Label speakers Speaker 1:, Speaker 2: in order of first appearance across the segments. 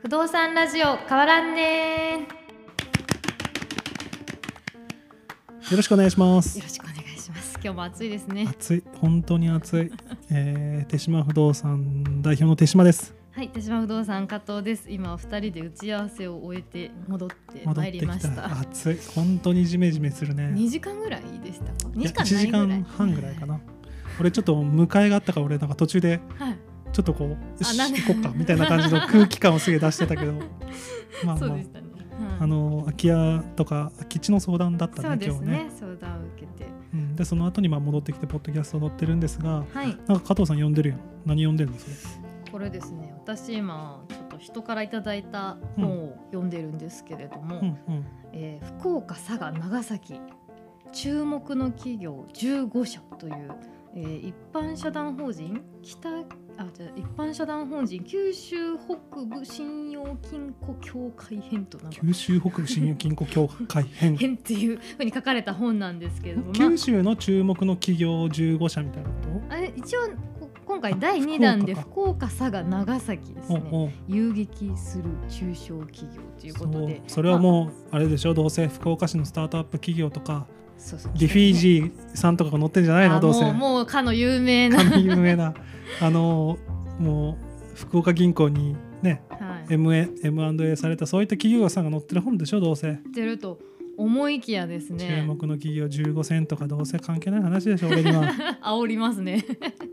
Speaker 1: 不動産ラジオ変わらんね
Speaker 2: よろしくお願いしま
Speaker 1: ー
Speaker 2: す
Speaker 1: よ。ろしくお願いします今日も暑いですね
Speaker 2: 暑い、本当に暑い。えー、手島不動産代表の手島です。
Speaker 1: はい手島不動産加藤です今お二人で打ち合わせを終えて戻って
Speaker 2: 戻っ
Speaker 1: まい
Speaker 2: て
Speaker 1: り
Speaker 2: き
Speaker 1: ました
Speaker 2: た。暑い、本当にジメジメするね。
Speaker 1: 2時間ぐらいでしたか2時
Speaker 2: いや一時
Speaker 1: 間ないぐらい
Speaker 2: 間半ぐらいかな。俺ちょっと迎えがあったから、俺なんか途中で
Speaker 1: はい
Speaker 2: ちょっとこう、よし
Speaker 1: なんで
Speaker 2: 行こっかみたいな感じの空気感をすげえ出し てたけど。まあ
Speaker 1: そう
Speaker 2: ま
Speaker 1: でしたね、
Speaker 2: あ、あ
Speaker 1: の
Speaker 2: の空き家とか空き地の相談だった
Speaker 1: そう
Speaker 2: ね、
Speaker 1: で
Speaker 2: 今
Speaker 1: す
Speaker 2: 日
Speaker 1: ね
Speaker 2: ね。
Speaker 1: 相談を受けて
Speaker 2: うん、で、その後にまあ戻ってきてポッドキャストを撮ってるんですが。
Speaker 1: はい
Speaker 2: なんか加藤さん呼んでるやん。何呼んでるんですか。
Speaker 1: これですね私今ちょっと人からいただいた本を読んでるんですけれども、
Speaker 2: うんうん。
Speaker 1: えー福岡佐賀長崎注目の企業15社という、えー一般社団法人北あじゃあ一般社団法人九州北部信用金庫協会編となんか
Speaker 2: 九州北部信用金庫協会 編
Speaker 1: 編っていうふうに書かれた本なんですけれども、ま
Speaker 2: 九州の注目の企業15社みたいなこ
Speaker 1: あ、あれ一応こ今回第2弾で
Speaker 2: あ
Speaker 1: 福岡佐賀長崎です
Speaker 2: と、
Speaker 1: ね
Speaker 2: おうおう
Speaker 1: 遊撃する中小企業という
Speaker 2: そ
Speaker 1: ことで
Speaker 2: うそれはもうあれでしょどうせ福岡市のスタートアップ企業とか
Speaker 1: うそうそう
Speaker 2: ディフィージーさんとかが載ってんじゃないの
Speaker 1: あ
Speaker 2: どうせ
Speaker 1: もうもうかの有名な、
Speaker 2: 神有名なあのもう福岡銀行にね
Speaker 1: はい、
Speaker 2: MA M&A されたそういった企業さんが載ってる本でしょどうせ
Speaker 1: ってると思いきやです
Speaker 2: 注
Speaker 1: ね
Speaker 2: 目の企業15選とかどうせ関係ない話でしょ俺には
Speaker 1: 煽りますね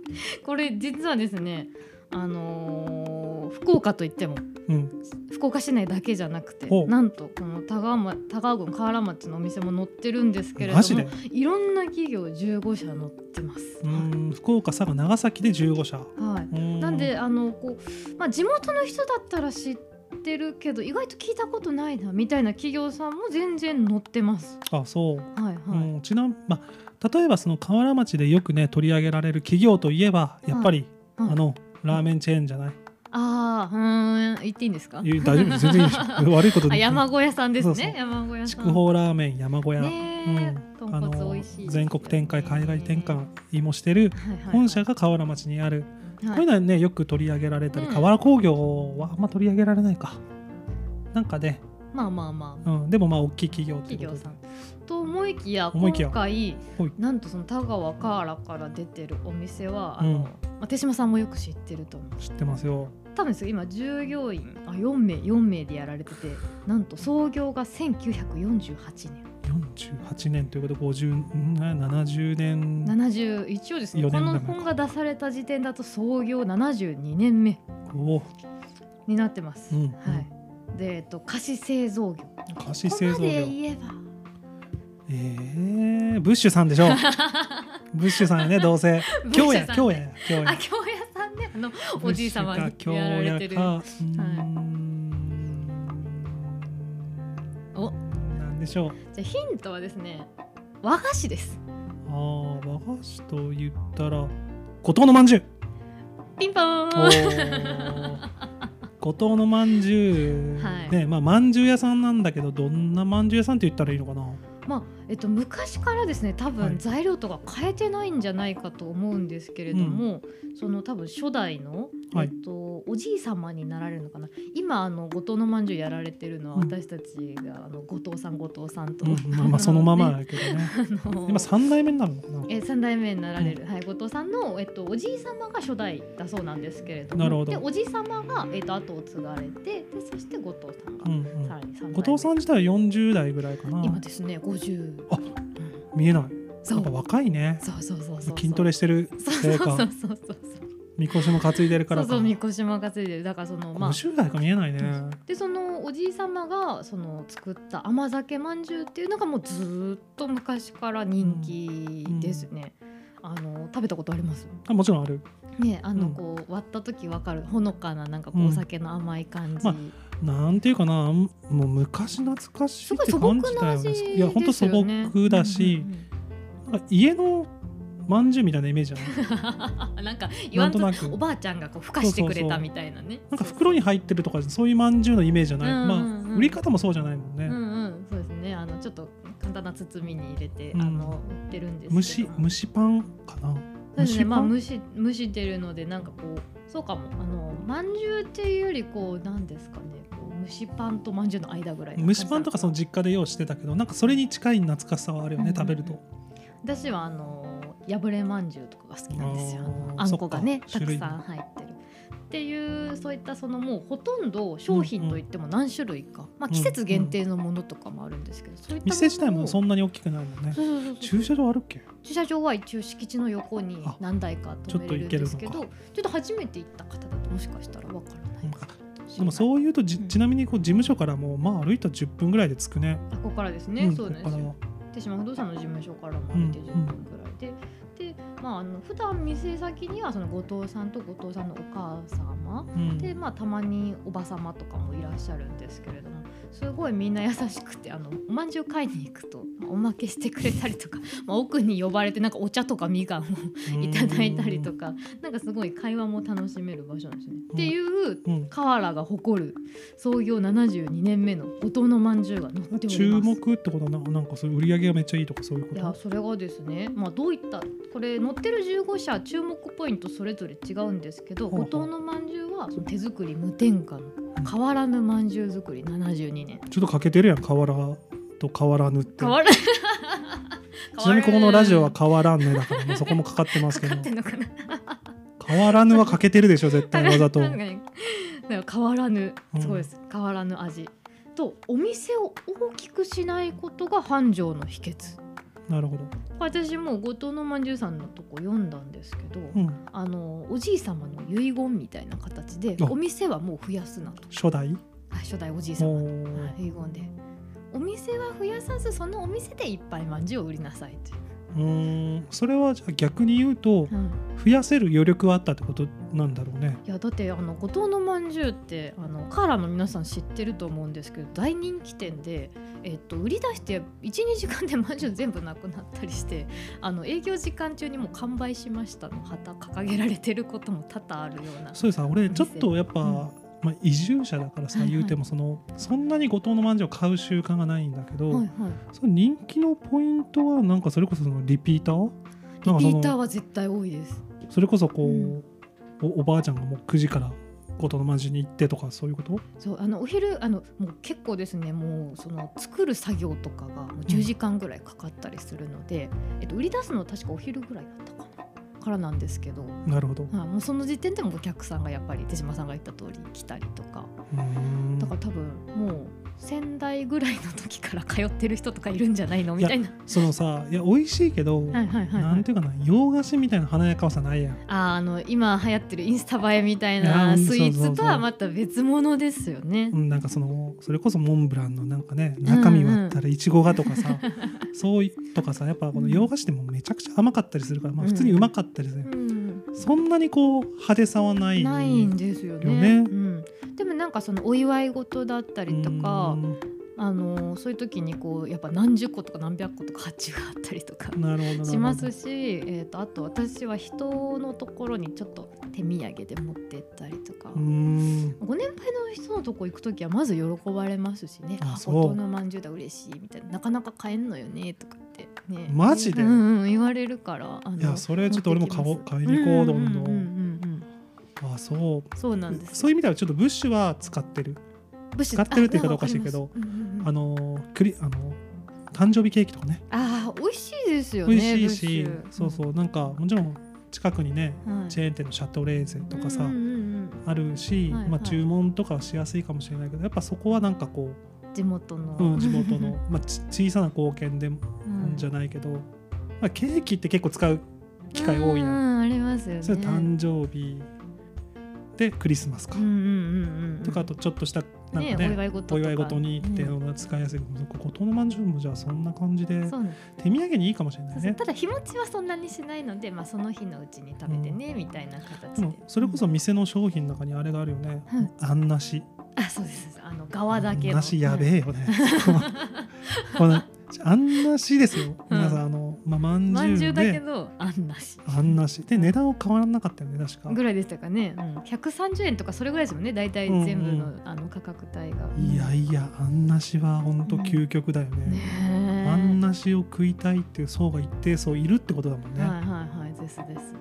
Speaker 1: これ実はですねあのー福岡といっても
Speaker 2: うん
Speaker 1: 福岡市内だけじゃなくて
Speaker 2: ほう
Speaker 1: なんとこの田川,、ま、田川郡河原町のお店も載ってるんですけれど
Speaker 2: マジで
Speaker 1: もいろんな企業15社載ってます。
Speaker 2: うん福岡佐賀長崎で15社
Speaker 1: はい
Speaker 2: うん
Speaker 1: なんであのこう、まあ、地元の人だったら知ってるけど意外と聞いたことないなみたいな企業さんも全然載ってます。
Speaker 2: あそう
Speaker 1: はいはい、
Speaker 2: うん、ちなまあ、例えばその河原町でよくね取り上げられる企業といえばやっぱり、
Speaker 1: うんうん
Speaker 2: あのラーメンチェーンじゃない、
Speaker 1: ああうーん言っていいんですか
Speaker 2: いや大丈夫全然いいでしょ悪いこと
Speaker 1: あ
Speaker 2: で
Speaker 1: 山小屋さんですね
Speaker 2: そうそう
Speaker 1: 山小屋さん
Speaker 2: 筑豊ラーメン山小屋、
Speaker 1: ねえ、
Speaker 2: うん
Speaker 1: 豚
Speaker 2: あ
Speaker 1: 骨
Speaker 2: の
Speaker 1: 美味しいですよね
Speaker 2: 全国展開海外展開もしてる
Speaker 1: はいはいはい
Speaker 2: 本社が河原町にある、
Speaker 1: はい
Speaker 2: こういうのはねよく取り上げられたり、
Speaker 1: うん
Speaker 2: 河原工業はあんま取り上げられないかなんかね、
Speaker 1: まあまあまあ
Speaker 2: うん、でもまあ大きい企業とい
Speaker 1: 企
Speaker 2: うこ
Speaker 1: 業
Speaker 2: とで
Speaker 1: さんと思いきや
Speaker 2: 思いきや
Speaker 1: 今回
Speaker 2: ほい
Speaker 1: なんとその田川カーラから出てるお店はあ
Speaker 2: うん
Speaker 1: の、まあ手島さんもよく知ってると思う
Speaker 2: 知ってますよ
Speaker 1: 多分ですよ今従業員あ4名4名でやられててなんと創業が1948年
Speaker 2: 48年ということで50ん70年
Speaker 1: 70一応ですね
Speaker 2: 四
Speaker 1: こ
Speaker 2: 年
Speaker 1: の
Speaker 2: だもん
Speaker 1: 本が出された時点だと創業72年目
Speaker 2: を
Speaker 1: になってます、
Speaker 2: うんうん
Speaker 1: はいでえっと菓子製造業
Speaker 2: 菓子製
Speaker 1: ここ
Speaker 2: 造
Speaker 1: まで
Speaker 2: 業
Speaker 1: 言えば
Speaker 2: えー、ブッシュさんでし ょブッシュさんやねどうせ 京也
Speaker 1: ブッシュさん
Speaker 2: 京也京
Speaker 1: あ
Speaker 2: 也
Speaker 1: 京屋さんねあの
Speaker 2: ブ
Speaker 1: お
Speaker 2: ッ
Speaker 1: じい
Speaker 2: シュ
Speaker 1: 様
Speaker 2: か
Speaker 1: にやられてる
Speaker 2: 京也かうー
Speaker 1: はい
Speaker 2: ん
Speaker 1: お
Speaker 2: なんでしょう
Speaker 1: じゃあヒントはですね和菓子です
Speaker 2: あー和菓子と言ったら五島のまんじゅう
Speaker 1: ピンポー
Speaker 2: お
Speaker 1: ン
Speaker 2: ー 五島のまんじゅう、
Speaker 1: はい
Speaker 2: ねまあまんじゅう屋さんなんだけどどんなまんじゅう屋さんって言ったらいいのかな
Speaker 1: まあえっと昔からですね多
Speaker 2: は
Speaker 1: 分
Speaker 2: い
Speaker 1: 材料とか変えてないんじゃないかと思うんですけれども、その多分初代の、
Speaker 2: はい
Speaker 1: えっと、おじい様になられるのかな今あの後藤のまんじゅうやられてるのは
Speaker 2: うん
Speaker 1: 私たちがあの後藤さん後藤さんと、
Speaker 2: うん、まあまあそのまま
Speaker 1: ね
Speaker 2: だけどね
Speaker 1: あの
Speaker 2: 今三代目になるのかな
Speaker 1: えー三代目になられる、はい、後藤さんの、えっと、おじい様が初代だそうなんですけれども
Speaker 2: なるほど
Speaker 1: でおじい様が、えっと、後を継がれてでそして後藤さんが、
Speaker 2: うんうん
Speaker 1: さらに三代目
Speaker 2: 後藤さん自体は40代ぐらいかな
Speaker 1: 今ですね50
Speaker 2: あ
Speaker 1: うん
Speaker 2: 見えない
Speaker 1: そ
Speaker 2: や
Speaker 1: う
Speaker 2: っぱ若いね
Speaker 1: そうそうそうそう
Speaker 2: 筋トレしてる
Speaker 1: そうそ
Speaker 2: せ
Speaker 1: う
Speaker 2: い
Speaker 1: そうそう
Speaker 2: か
Speaker 1: そうそう
Speaker 2: みこしも担いでる
Speaker 1: そ
Speaker 2: から
Speaker 1: う
Speaker 2: か
Speaker 1: そうみこしも担いでるだからそのまあ
Speaker 2: 50代か見えないね
Speaker 1: でそのおじい様がその作った甘酒まんじゅうっていうのがもうずーっと昔から人気ですね、あの食べたことあります
Speaker 2: あもちろんある
Speaker 1: ねあの
Speaker 2: うん
Speaker 1: こう、割った時わかるほのかななんかこ
Speaker 2: う
Speaker 1: うんお酒の甘い感じ、
Speaker 2: まあなんていうかなあんもう昔懐かしいって
Speaker 1: すごい
Speaker 2: 感
Speaker 1: 素
Speaker 2: じ
Speaker 1: 朴
Speaker 2: だ
Speaker 1: な
Speaker 2: よ
Speaker 1: 味
Speaker 2: ね
Speaker 1: ですよね
Speaker 2: いや本当素朴だし
Speaker 1: うん、
Speaker 2: なんか家のまんじゅうみたいなイメージじゃない
Speaker 1: うんうん なんか言わんと
Speaker 2: なんとなく
Speaker 1: おばあちゃんがこうふかしてくれ
Speaker 2: そうそう
Speaker 1: た
Speaker 2: そう
Speaker 1: みたいなね
Speaker 2: なんか袋に入ってるとかそういうまんじゅうのイメージじゃない、
Speaker 1: うんうんうん
Speaker 2: まあ売り方もそうじゃないもんね、
Speaker 1: そうそううんうんそうですねあのちょっと簡単な包みに入れて、
Speaker 2: うん
Speaker 1: あの売ってるんですけど
Speaker 2: 蒸し蒸しパンかな
Speaker 1: そうですね
Speaker 2: 蒸しパン
Speaker 1: まあ蒸し蒸してるのでなんかこうそうかもあのまんじゅうっていうよりこうなんですかね蒸しパンと饅頭の間ぐらいの
Speaker 2: 蒸しパンとかその実家で用意してたけどなんかそれに近い懐かしさはあるよね、
Speaker 1: うんうんうん
Speaker 2: 食べると
Speaker 1: 私はあの破れまんじゅうとかが好きなんですよ
Speaker 2: あ
Speaker 1: あ
Speaker 2: ー
Speaker 1: のあんこがね
Speaker 2: そ
Speaker 1: た
Speaker 2: っか
Speaker 1: くさん入ってるっていうそういったそのもうほとんど商品といっても何種類か、まあ、季節限定のものとかもあるんですけど、そういったものを
Speaker 2: 店自体もそんなに大きくないもんね
Speaker 1: そうそうそうそう
Speaker 2: 駐車場あるっけ
Speaker 1: 駐車場は一応敷地の横に
Speaker 2: あ
Speaker 1: 何台か止めれるんですけど
Speaker 2: ち
Speaker 1: ちょ
Speaker 2: ょ
Speaker 1: っと初めて行った方だともしかしたらわからない
Speaker 2: なんか
Speaker 1: です
Speaker 2: でも
Speaker 1: う
Speaker 2: そういうとじ
Speaker 1: うん
Speaker 2: ちなみにこう事務所からもまあ歩いたら10分ぐらいで着くね
Speaker 1: ここからですね、
Speaker 2: うん
Speaker 1: そうなんで
Speaker 2: こ
Speaker 1: す
Speaker 2: こから
Speaker 1: よ
Speaker 2: は
Speaker 1: 手島不動産の事務所からも歩いて10分ぐらいで、でまああの普段店先にはその後藤さんと後藤さんのお母様
Speaker 2: うん
Speaker 1: でまあたまにおば様とかもいらっしゃるんですけれどもすごいみんな優しくてあのおまんじゅう買いに行くとまあおまけしてくれたりとか、 まあ、奥に呼ばれてなんかお茶とかみかんをいただいたりとかなんかすごい会話も楽しめる場所なんですね。っていう
Speaker 2: うん、
Speaker 1: 河原が誇る創業72年目の大人まんじゅうが載っております。
Speaker 2: 注目ってことはななんかそういう売り上げがめっちゃいいとかそういうこ
Speaker 1: い
Speaker 2: と
Speaker 1: やそれがですね、まあ、どういったこれ載ってる15社注目ポイントそれぞれ違うんですけど
Speaker 2: ほうほ
Speaker 1: 後
Speaker 2: う
Speaker 1: 藤のまんじゅうはその手作り無添加の変わらぬまんじゅう作り72年
Speaker 2: ちょっと欠けてるやん変わらと変わらぬって
Speaker 1: 変 わら
Speaker 2: ちなみにここのラジオは
Speaker 1: 変わ
Speaker 2: 変わらんねだから、ね、そ こもかかってますけど
Speaker 1: らんってんのかな
Speaker 2: 変わらぬは欠けてるでしょ絶対 わざと
Speaker 1: なんかねなんか変わらぬ
Speaker 2: うん
Speaker 1: すごいです、変わらぬ味とお店を大きくしないことが繁盛の秘訣
Speaker 2: なるほど、
Speaker 1: 私も後藤のまんじゅうさんのとこ読んだんですけど、
Speaker 2: うん、
Speaker 1: あのおじい様の遺言みたいな形で
Speaker 2: あ
Speaker 1: お店はもう増やすなと
Speaker 2: 初代
Speaker 1: あ初代おじい様の
Speaker 2: も
Speaker 1: はい遺言でお店は増やさずそのお店でいっぱいまんじゅうを売りなさいという
Speaker 2: うんそれはじゃあ逆に言うと
Speaker 1: う、うん
Speaker 2: 増やせる余力はあったってことなんだろうね
Speaker 1: いやだってあの後藤のまんじゅうってあのカーラの皆さん知ってると思うんですけど大人気店で、えっと、売り出して12時間でまんじゅう全部なくなったりしてあの営業時間中にもう完売しましたの旗掲げられてることも多々あるような
Speaker 2: そうです俺ちょっとやっぱ、
Speaker 1: うん
Speaker 2: まあ、移住者だからさ
Speaker 1: はいはい
Speaker 2: 言うてもその、そんなに後藤のまんじゅうを買う習慣がないんだけど、
Speaker 1: はいはい
Speaker 2: その人気のポイントはなんかそれこそそのリピーターなんか
Speaker 1: リピ
Speaker 2: そ
Speaker 1: ーター
Speaker 2: の
Speaker 1: は絶対多いです。
Speaker 2: それこそこう、
Speaker 1: うん
Speaker 2: おおばあちゃんがもう9時から後藤のまんじゅうに行ってとかそういうこと
Speaker 1: そうあのお昼あのもう結構ですねもうその作る作業とかがもう10時間ぐらいかかったりするので、えっと、売り出すのは確かお昼ぐらいだったかなからなんですけど、
Speaker 2: なるほど。う
Speaker 1: まあ、もうその時点でもお客さんがやっぱり手島さんが言った通り来たりとか
Speaker 2: ーん
Speaker 1: だから多分もう仙台ぐらいの時から通ってる人とかいるんじゃないのみたいな。
Speaker 2: そのさいや美味しいけど、
Speaker 1: はいはいはい、
Speaker 2: な
Speaker 1: は
Speaker 2: ん
Speaker 1: い
Speaker 2: て、いうかな洋菓子みたいな華やかさないやん。
Speaker 1: あーあの今流行ってるインスタ映えみたい
Speaker 2: いや
Speaker 1: な
Speaker 2: うん
Speaker 1: スイー
Speaker 2: そうそ
Speaker 1: ツ
Speaker 2: うそ
Speaker 1: と
Speaker 2: う
Speaker 1: はまた別物ですよね。
Speaker 2: うん、なんかそのそれこそモンブランのなんかね中身割ったらいちごがとかさ、そういとかさやっぱこの洋菓子でもめちゃくちゃ甘かったりするから、まあ、
Speaker 1: うん
Speaker 2: 普通にうまかったりする、
Speaker 1: うん
Speaker 2: そんなにこう派手さはない
Speaker 1: ないんですよね
Speaker 2: よね
Speaker 1: うん、でもなんかそのお祝い事だったりとか
Speaker 2: うん
Speaker 1: あのそういう時にこうやっぱ何十個とか何百個とか発注があったりとか
Speaker 2: なるほどなるほど
Speaker 1: しますし、えー、とあと私は人のところにちょっと手土産で持ってったりとか。
Speaker 2: うん
Speaker 1: ご年配の人のとこ行く時はまず喜ばれますしね「
Speaker 2: あ
Speaker 1: あ
Speaker 2: そう
Speaker 1: 大人のまんじゅうだ嬉しい」みたいな「なかなか買えんのよね」とかってね
Speaker 2: マジで
Speaker 1: うんうん、言われるからあの
Speaker 2: いやそれちょっと俺も買おう
Speaker 1: 持ってきま
Speaker 2: 買
Speaker 1: す
Speaker 2: いに行こうどんどん,、
Speaker 1: うんうんうんうんうん
Speaker 2: あそう
Speaker 1: そうなんです
Speaker 2: そういう意味ではちょっとブッシュは使ってる
Speaker 1: 武士
Speaker 2: 使ってるって言い方おかしいけど
Speaker 1: あ,なんかわかります、うんうんうん
Speaker 2: あのクリあの誕生日ケーキとかね
Speaker 1: あー美味しいですよね
Speaker 2: 美味しいし
Speaker 1: ブッシュ
Speaker 2: そうそうなんかもちろん近くにね
Speaker 1: うんはい
Speaker 2: チェーン店のシャトレーゼとかさ、
Speaker 1: うんうん
Speaker 2: あるし、
Speaker 1: はい
Speaker 2: ま
Speaker 1: は
Speaker 2: あ、
Speaker 1: い
Speaker 2: 注文とかはしやすいかもしれないけどやっぱそこはなんかこ
Speaker 1: うん地元の、
Speaker 2: う、うん、地元 の、まあ、ち小さな貢献でじゃないけど、まあ、ケーキって結構使う機会多い
Speaker 1: うん
Speaker 2: な、
Speaker 1: うんありますよね
Speaker 2: それ誕生日でクリスマスか、
Speaker 1: うんうんうんうん
Speaker 2: とかあとちょっとしたなんかね
Speaker 1: ねお祝い事と
Speaker 2: お
Speaker 1: か
Speaker 2: 祝い事に来て、
Speaker 1: うん
Speaker 2: 使いやすいそこ後藤のまんじゅうもじゃあそんな感じで
Speaker 1: そうなんです
Speaker 2: 手土産にいいかもしれな
Speaker 1: そ
Speaker 2: いう
Speaker 1: そう
Speaker 2: ね
Speaker 1: ただ日持ちはそんなにしないので、まあ、その日のうちに食べてね、みたいな形
Speaker 2: で
Speaker 1: で
Speaker 2: もそれこそ店の商品の中にあれがあるよね、
Speaker 1: はい
Speaker 2: あんなし
Speaker 1: あそうですそうですあの側だけの
Speaker 2: 梨やべえよね。このあんなしですよ。皆さん、あの、まあ、まん
Speaker 1: まん
Speaker 2: じ
Speaker 1: じ
Speaker 2: ゅ
Speaker 1: ゅ
Speaker 2: う
Speaker 1: うだけ
Speaker 2: で。
Speaker 1: どあんなし
Speaker 2: あんなしで値段は変わらなかったよね確か
Speaker 1: ぐらいでしたかね、うん、130円とかそれぐらいですもんね大体全部の,、
Speaker 2: う
Speaker 1: あの価格帯が
Speaker 2: いやいやあんなしは本当究極だよ
Speaker 1: ね
Speaker 2: ね、
Speaker 1: え
Speaker 2: あんなしを食いたいっていう層が一定層いるってことだもんね、
Speaker 1: はいはいはいですです、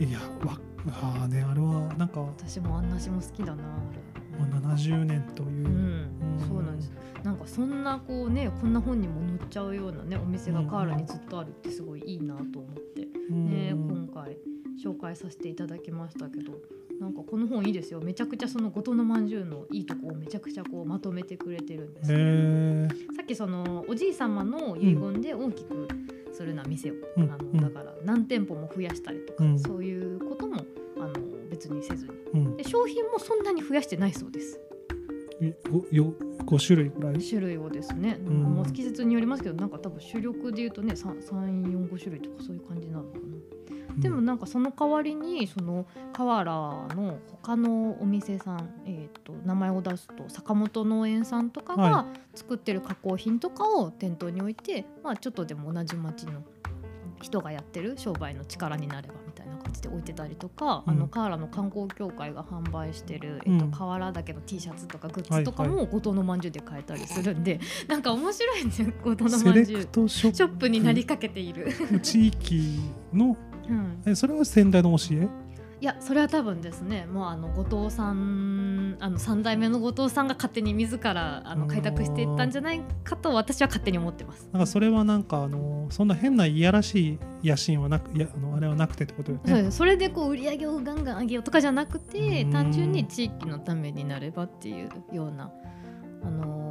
Speaker 1: うん、
Speaker 2: い、やわあーねあれはなんか
Speaker 1: 私もあんなしも好きだなあれ
Speaker 2: もう70年というう、
Speaker 1: んそうなんですなんかそんなこうねこんな本にも載っちゃうようなねお店がカーラにずっとあるってすごいいいなと思って、
Speaker 2: うん
Speaker 1: ね、今回紹介させていただきましたけどなんかこの本いいですよめちゃくちゃその後藤のまんじゅうのいいとこをめちゃくちゃこうまとめてくれてるんですけど
Speaker 2: へえ
Speaker 1: さっきそのおじい様の遺言で大きくするな店を、
Speaker 2: うん
Speaker 1: あ
Speaker 2: うん
Speaker 1: のだから何店舗も増やしたりとか、
Speaker 2: うん
Speaker 1: そういうこともあの別にせずに
Speaker 2: うん
Speaker 1: で商品もそんなに増やしてないそうです
Speaker 2: ごよ5種類ぐらい
Speaker 1: 種類をですね、
Speaker 2: ん
Speaker 1: もう季節によりますけどなんか多分主力でいうとね345種類とかそういう感じなのかな。でも
Speaker 2: うん
Speaker 1: なんかその代わりにその河原の他のお店さん、えー、と名前を出すと坂本農園さんとかが
Speaker 2: は
Speaker 1: 作ってる加工品とかを店頭に置いて、まあ、ちょっとでも同じ町の人がやってる商売の力になればみたいな感じで置いてたりとか、
Speaker 2: うん
Speaker 1: あの河原の観光協会が販売してる、えー、
Speaker 2: う
Speaker 1: と
Speaker 2: ん
Speaker 1: 河原だけの T シャツとかグッズとかも後藤のまんじゅうで買えたりするんで、なんか面白いんですよ後藤の
Speaker 2: セ
Speaker 1: まん
Speaker 2: レ
Speaker 1: じゅ
Speaker 2: ク
Speaker 1: う。
Speaker 2: トショップ
Speaker 1: ショップになりかけている、
Speaker 2: 地域の
Speaker 1: うん、
Speaker 2: えそれは先代の教え
Speaker 1: いやそれは多分ですねもうあの後藤さんあの3代目の後藤さんが勝手に自らあの
Speaker 2: あー
Speaker 1: 開拓していったんじゃないかと私は勝手に思ってます。
Speaker 2: なんかそれはなんかあのそんな変ないやらしい野心はなくいやあのあれはなくてってことよ
Speaker 1: そう
Speaker 2: ね。
Speaker 1: ですそれでこう売り上げをガンガン上げようとかじゃなくて
Speaker 2: うん
Speaker 1: 単純に地域のためになればっていうような、あのー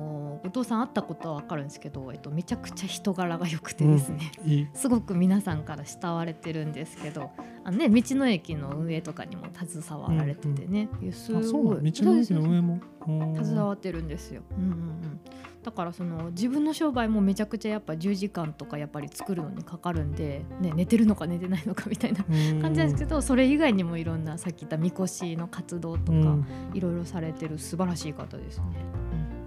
Speaker 1: 後藤さん会ったことは分かるんですけど、えっと、めちゃくちゃ人柄が良くてですね、
Speaker 2: いい
Speaker 1: すごく皆さんから慕われてるんですけどあの、ね、道の駅の運営とかにも携わられててね、いやすご
Speaker 2: あ
Speaker 1: い
Speaker 2: そうなの道の駅の上もうん
Speaker 1: 携わってるんですよ、うんうんうん、だからその自分の商売もめちゃくちゃやっぱ10時間とかやっぱり作るのにかかるんで、ね、寝てるのか寝てないのかみたいな
Speaker 2: うん
Speaker 1: 感じなんですけどそれ以外にもいろんなさっき言ったみこしの活動と
Speaker 2: う
Speaker 1: か
Speaker 2: ん
Speaker 1: いろいろされてる素晴らしい方ですね。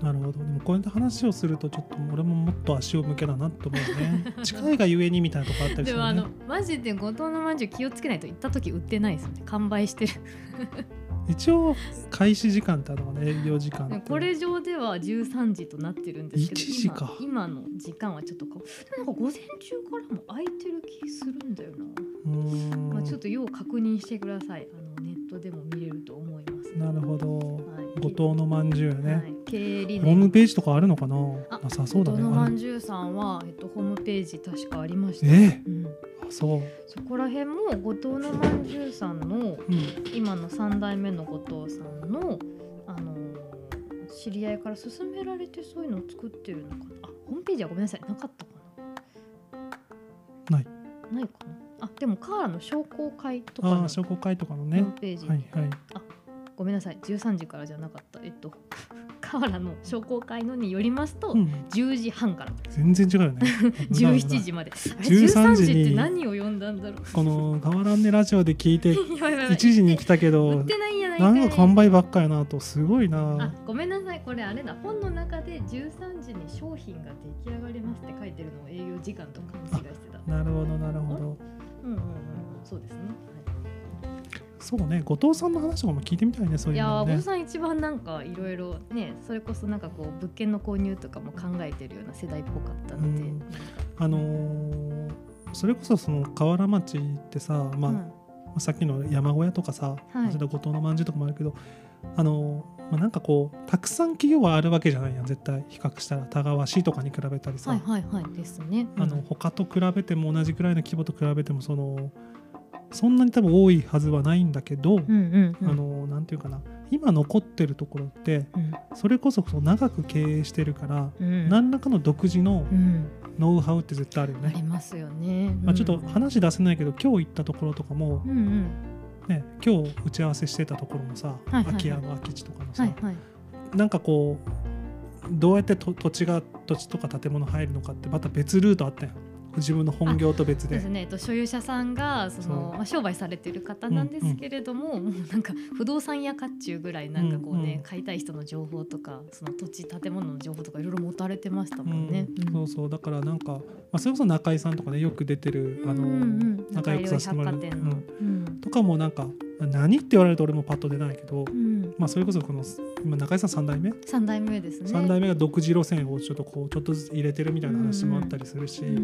Speaker 2: なるほどでもこうやって話をするとちょっと俺ももっと足を向けだなと思うね 近いがゆえにみたいなとこあったりす
Speaker 1: で
Speaker 2: る
Speaker 1: も
Speaker 2: よ
Speaker 1: あ
Speaker 2: ね
Speaker 1: のマジで後藤のまんじゅう気をつけないと行った時売ってないですよね完売してる
Speaker 2: 一応開始時間ってあるのがね営業時間って
Speaker 1: これ上では13時となってるんですけど
Speaker 2: 1時か
Speaker 1: 今今の時間はちょっとこうでもなんか午前中からも空いてる気するんだよな
Speaker 2: うん
Speaker 1: まあ、ちょっと要確認してください。あのネットでも見れると思います。
Speaker 2: なるほど
Speaker 1: はい
Speaker 2: 後藤のまんじゅう
Speaker 1: は
Speaker 2: ね
Speaker 1: い、経営理
Speaker 2: ホーム
Speaker 1: 念。
Speaker 2: ページとかあるのかな
Speaker 1: あ
Speaker 2: なさそうだ
Speaker 1: 大
Speaker 2: ね
Speaker 1: 人
Speaker 2: あ
Speaker 1: ま
Speaker 2: る
Speaker 1: んじゅうさんは、えっと、ホームページ確かありました、
Speaker 2: え
Speaker 1: うん、
Speaker 2: あそう
Speaker 1: そこら辺も後藤のまんじゅうさんの
Speaker 2: うん
Speaker 1: 今の3代目の後藤さんの、あのー知り合いから勧められてそういうのを作ってるのかなあホームページはごめんなさいなかったかな
Speaker 2: ない
Speaker 1: ないかなあでもカーラの商工会とか
Speaker 2: あ
Speaker 1: の
Speaker 2: あ
Speaker 1: ホ
Speaker 2: 商工会とかのね
Speaker 1: ームページに
Speaker 2: はいはい
Speaker 1: ごめんなさい13時からじゃなかったえっと 河原の商工会のによりますと、
Speaker 2: うん
Speaker 1: 10時半から
Speaker 2: 全然違うよね危ない危ない
Speaker 1: 17時まであれ
Speaker 2: 13
Speaker 1: 13時
Speaker 2: 時に
Speaker 1: って何を読んだんだろ
Speaker 2: この変わらんねラジオで聞いて
Speaker 1: う やばいやばい
Speaker 2: 1時に来たけ
Speaker 1: 売
Speaker 2: ど
Speaker 1: ってないんやないか
Speaker 2: ないんか完売ばっかやなとすごい
Speaker 1: あ
Speaker 2: な
Speaker 1: ごめんなさいこれあれだ本の中で13時に商品が出来上がりますって書いてるのを営業時間と勘違いしてた
Speaker 2: なるほどなるほど
Speaker 1: うんうんうんそうですね、は
Speaker 2: そうね後藤さんの話とかも聞いてみたいねそう
Speaker 1: い、い
Speaker 2: いう
Speaker 1: や
Speaker 2: の
Speaker 1: ー、お
Speaker 2: ね
Speaker 1: 父さん一番なんかいろいろねそれこそなんかこう物件の購入とかも考えてるような世代っぽかったので、
Speaker 2: うんあのーそれこそその河原町ってさまあ、
Speaker 1: うん
Speaker 2: さっきの山小屋とかさ、
Speaker 1: はい
Speaker 2: それと後藤のまんじゅうとかもあるけどあの、まあ、なんかこうたくさん企業はあるわけじゃないやん絶対比較したら田川市とかに比べたりさ、
Speaker 1: はいはいはいですね。
Speaker 2: あの他と比べても同じくらいの規模と比べてもそのそんなに多分多いはずはないんだけど、
Speaker 1: うんうんうん、
Speaker 2: あのなんていうかな今残ってるところって
Speaker 1: うん
Speaker 2: それこそその長く経営してるから、
Speaker 1: うん、
Speaker 2: 何らかの独自の
Speaker 1: うん、
Speaker 2: ノウハウって絶対あるよ
Speaker 1: あり
Speaker 2: ね。
Speaker 1: ますよね。
Speaker 2: まあ、ちょっと話出せないけど今日行ったところとかも
Speaker 1: うん、うんうん、
Speaker 2: ね、今日打ち合わせしてたところもさ、
Speaker 1: いはいはい
Speaker 2: 空き家の空き地とかのさ、
Speaker 1: はいはい。
Speaker 2: なんかこうどうやってと土地が土地とか建物入るのかってまた別ルートあったよ自分の本業と別
Speaker 1: そう
Speaker 2: で
Speaker 1: ですね。えっと所有者さんがその
Speaker 2: そう
Speaker 1: まあ商売されてる方なんですけれども、もうなんか不動産屋かっちゅうぐらいなんかこうね、
Speaker 2: うんうん
Speaker 1: 買いたい人の情報とかその土地建物の情報とかいろいろ持たれてました
Speaker 2: う
Speaker 1: もん
Speaker 2: ん
Speaker 1: ね。うん
Speaker 2: そうそうだからなんか、まあ、それこそ中井さんとかねよく出てる、あの
Speaker 1: うんうんうん、
Speaker 2: 仲良くさせてもらう、
Speaker 1: 中井百貨店
Speaker 2: う
Speaker 1: の、
Speaker 2: ん
Speaker 1: うん
Speaker 2: とかもなんか何って言われると俺もパッと出ないけど、
Speaker 1: うん、
Speaker 2: まあ、それこそこの今中井さん3代目、
Speaker 1: 三代目ですね。
Speaker 2: 三3代目が独自路線をちょっとこうちょっとずつ入れてるみたいな話もあったりするし、
Speaker 1: うん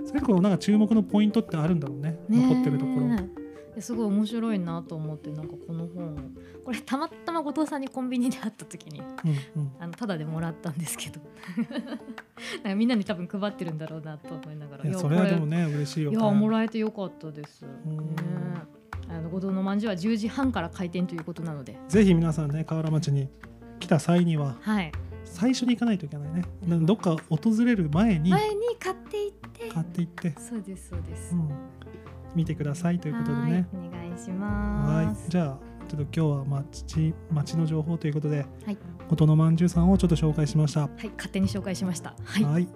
Speaker 1: うん、
Speaker 2: それこそなんか注目のポイントってあるんだろうね
Speaker 1: ねえ
Speaker 2: 残ってるところ。
Speaker 1: いやすごい面白いなと思ってなんかこの本をこれたまたま後藤さんにコンビニで会った時に
Speaker 2: うんうん
Speaker 1: あのただでもらったんですけど なんかみんなに多分配ってるんだろうなと思いながら
Speaker 2: いや
Speaker 1: や
Speaker 2: それは
Speaker 1: こ
Speaker 2: でもね嬉しいよ
Speaker 1: いやもらえてよかったです、ね
Speaker 2: ん
Speaker 1: え、あの後藤のまんじゅうは10時半から開店ということなので
Speaker 2: ぜひ皆さんね河原町に来た際には
Speaker 1: はい
Speaker 2: 最初に行かないといけないねなどっか訪れる前に
Speaker 1: 前に買っていって
Speaker 2: 買って行って、
Speaker 1: そうですそうです、
Speaker 2: う
Speaker 1: は
Speaker 2: ん、見てくださいということでね
Speaker 1: ーいお願いし
Speaker 2: はい
Speaker 1: ます
Speaker 2: じゃあちょっと今日は町町の情報ということで
Speaker 1: はい、
Speaker 2: 琴のまんじゅうさんをちょっと紹介しましたは、
Speaker 1: はい、勝手に紹介しましたはいい、